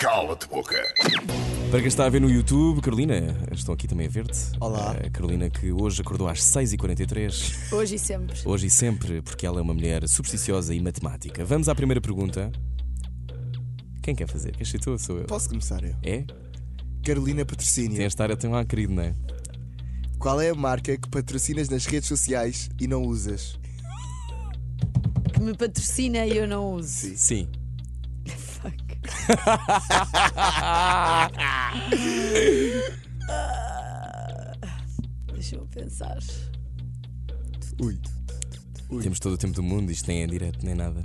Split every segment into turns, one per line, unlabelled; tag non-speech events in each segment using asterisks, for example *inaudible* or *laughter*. Cala-te boca.
Para quem está a ver no YouTube, Carolina, estou aqui também a ver-te.
Olá.
Eh, Carolina, que hoje acordou às 6h43,
Hoje e sempre.
hoje e sempre, porque ela é uma mulher supersticiosa e matemática. Vamos à primeira pergunta. Quem quer fazer? Queres ser tu ou sou eu?
Posso começar eu?
É?
Carolina Patrocínio.
Tem a estar até lá, querido, não é?
Qual é a marca que patrocinas nas redes sociais e não usas?
Que me patrocina e eu não uso.
Sim.
Sim.
Fuck. Ah, Deixa-me pensar.
Ui. Ui.
Temos todo o tempo do mundo, isto nem é direto nem nada.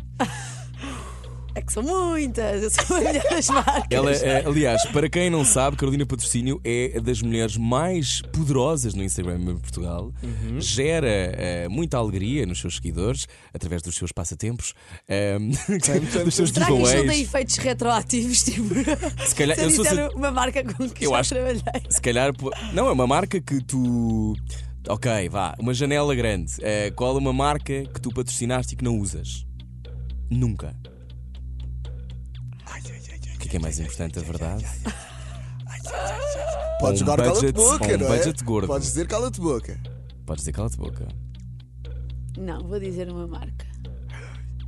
É que são muitas, eu sou a mulher
*laughs*
das marcas.
Ela, eh, aliás, para quem não sabe, Carolina Patrocínio é das mulheres mais poderosas no Instagram em Portugal.
Uhum.
Gera eh, muita alegria nos seus seguidores, através dos seus passatempos, eh,
tanto,
*laughs* dos seus
Será que isto não tem
giveaways.
efeitos retroativos? Tipo,
Se calhar,
se
eu
eu
sou
disser
sa-
uma marca com que
Eu
já
acho-
trabalhei.
Se calhar, pô- não, é uma marca que tu. Ok, vá, uma janela grande. Eh, qual é uma marca que tu patrocinaste e que não usas? Nunca. O que é, que é mais importante, a verdade?
Podes
Um
jogar o cala-te
budget-
boca,
um
não é?
budget gordo.
Podes dizer cala-te boca.
Podes dizer cala-te boca.
Não, vou dizer uma marca.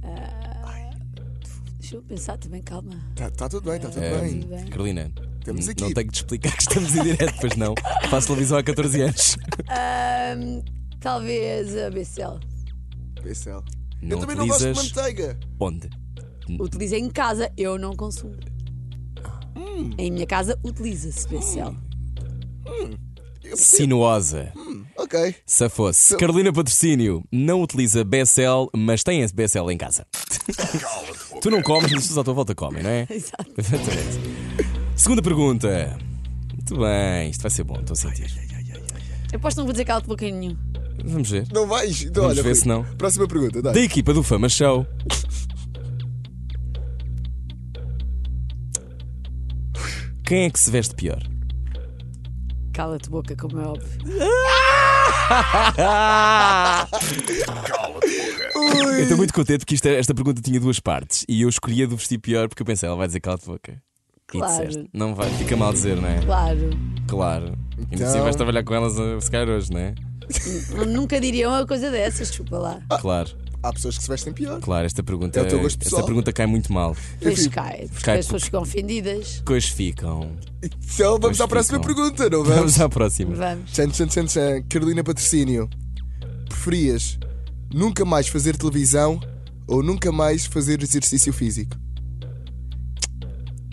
Ah, Deixa eu pensar também, calma.
Está Tá, tudo bem, está tudo
Eh,
bem.
bem.
Carolina,
Estamos
n-
aqui.
não tenho que te explicar que estamos em direto, pois não. Faço televisão há 14 anos.
Ahm, talvez a BCL.
PSL.
Não
eu também não
utilizas
gosto de manteiga.
onde?
Utiliza em casa, eu não consumo.
Hum.
Em minha casa utiliza-se BCL.
Eu prefiro-
Sinuosa.
Ok.
Safou-se. Carolina Patrocínio não utiliza BSL, mas tem esse BSL em casa.
Cala-te boca.
Tu não comes, mas as pessoas à tua volta comem, não é?
Exato.
Exatamente. Segunda pergunta. Muito bem, isto vai ser bom, estou a sentir.
Eu aposto que não vou dizer cala-te boca em nenhum.
Vamos ver.
Não vais? Então,
Vamos
olha,
ver
Rui,
se não.
Próxima pergunta, dá.
Da equipa do Fama Show. Quem é que se veste pior?
Cala-te boca, como é óbvio.
Cala-te boca.
Eu estou muito contente porque isto é- esta pergunta tinha duas partes e eu escolhi a do vestir pior porque eu pensei, ela vai dizer cala-te boca.
Claro.
E disseste. Não vai, fica mal dizer, não é?
Claro.
Claro. Ainda
Então-
assim vais trabalhar com elas eh, se calhar hoje, não é?
Nunca diriam uma coisa dessas, chupa lá.
Claro,
Há pessoas que se vestem pior.
claro, esta pergunta,
Ah. É o teu gosto
esta
pessoal.
pergunta cai muito mal.
Pois cai, porque
cai
as pessoas ficam ofendidas.
Coisas ficam.
Então vamos
Pois
à próxima
ficam.
pergunta, não vamos?
Vamos à próxima.
Vamos.
Tchan, tchan, tchan, tchan. eh, Carolina Patrocínio, preferias nunca mais fazer televisão ou nunca mais fazer exercício físico?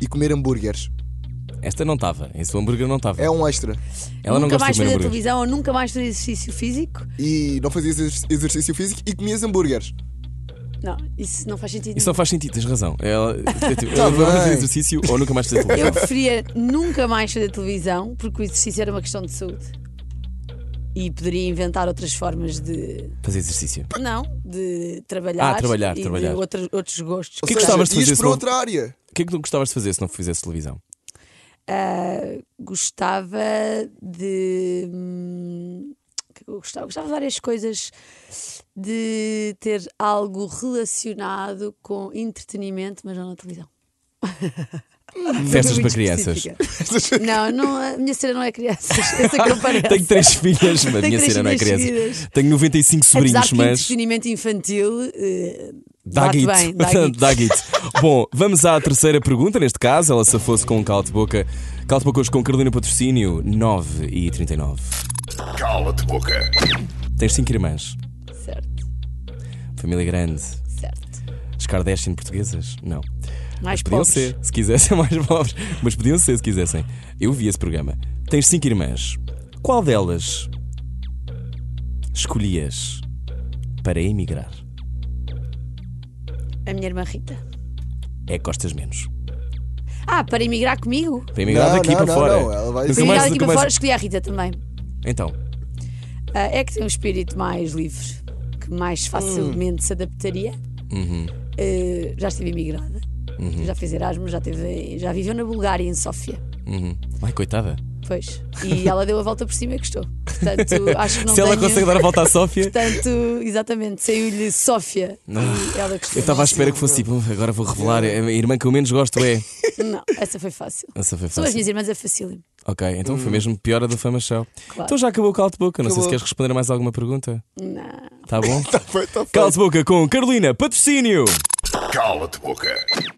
E comer hambúrgueres.
Esta não estava, esse hambúrguer não estava.
É um extra.
Ela não
nunca
gosta
mais
de comer
fazer
hambúrguer.
televisão ou nunca mais fazer exercício físico?
E não fazias exer- exercício físico e comias hambúrgueres.
Não, isso não faz sentido.
Isso não faz sentido, tens razão. Ela,
*laughs*
eu, tipo, ela vai
Tá bem.
fazer exercício ou nunca mais fazer televisão.
Eu preferia nunca mais fazer televisão, porque o exercício era uma questão de saúde. E poderia inventar outras formas de.
Fazer exercício.
Não, de trabalhar.
Ah, trabalhar,
e de
trabalhar.
outra- outros gostos.
que
Ou seja,
gostavas de
ias
fazer,
para
senão-
outra área.
O que é que tu gostavas de fazer se não fizesse televisão?
Ah, gostava de. hum, o que é que eu gostava? Gostava de várias coisas. De ter algo relacionado com entretenimento, mas não
*laughs*
na televisão.
Festas
Muito
para crianças.
específica. Não, não, a minha cera não é crianças. *laughs* Eu sei que não parece.
Tenho três filhas, mas
Tenho
minha
três
cena não é
filhas
criança.
seguidas.
Tenho 95
Apesar
sobrinhos,
que
mas.
entretenimento infantil eh,
Dá
bate
guito.
bem, dá guito.
*laughs* Dá guito. Bom, vamos à terceira pergunta. Neste caso, ela se fosse com um caldo de boca. Caldo de boca hoje com Carolina Patrocínio, 9 e 39.
Cala-te boca.
Tens cinco irmãs.
Certo,
Família grande.
certo.
As Kardashian portuguesas? Não.
Mais
Podiam
pobres.
ser, se quisessem, *laughs* mais pobres. Mas podiam ser, se quisessem. Eu vi esse programa. Tens cinco irmãs. Qual delas escolhias para emigrar?
A minha irmã Rita.
É que gostas menos.
Ah, para emigrar comigo?
Para emigrar
Não,
daqui
não,
para
não,
fora.
não. Ela vai-
Nunca
Sim,
Para
mais-
emigrar daqui
nunca
para
mais-
fora, escolhi a Rita também.
Então,
Ah, é que tem um espírito mais livre, que
Hum.
mais facilmente se adaptaria.
Uhum.
Eh, já estive imigrada, já fez Erasmus, já, teve, já viveu na Bulgária, em Sófia.
uhum. ai coitada.
Pois. E ela deu a volta por cima e gostou.
*laughs*
Portanto, acho que não
se ela
tenho-
consegue dar a volta à
*laughs*
Sófia.
Portanto, exatamente, saiu-lhe Sófia. E ela
Ah, Eu
gostou. *laughs*
estava à espera que fosse tipo, agora vou revelar. A irmã que eu menos gosto é.
Não, essa foi fácil.
Essa foi Ah,
São as
fácil.
minhas irmãs, é facílimo.
assim. Ok, então foi mesmo pior a do Fama Show.
Claro.
Então já acabou o Call de Boca. Não sei se
Acabou.
queres responder a mais alguma pergunta.
Não.
Tá bom?
Foi, *laughs* tá
Call de Boca com Carolina Patrocínio.
Cala-te boca.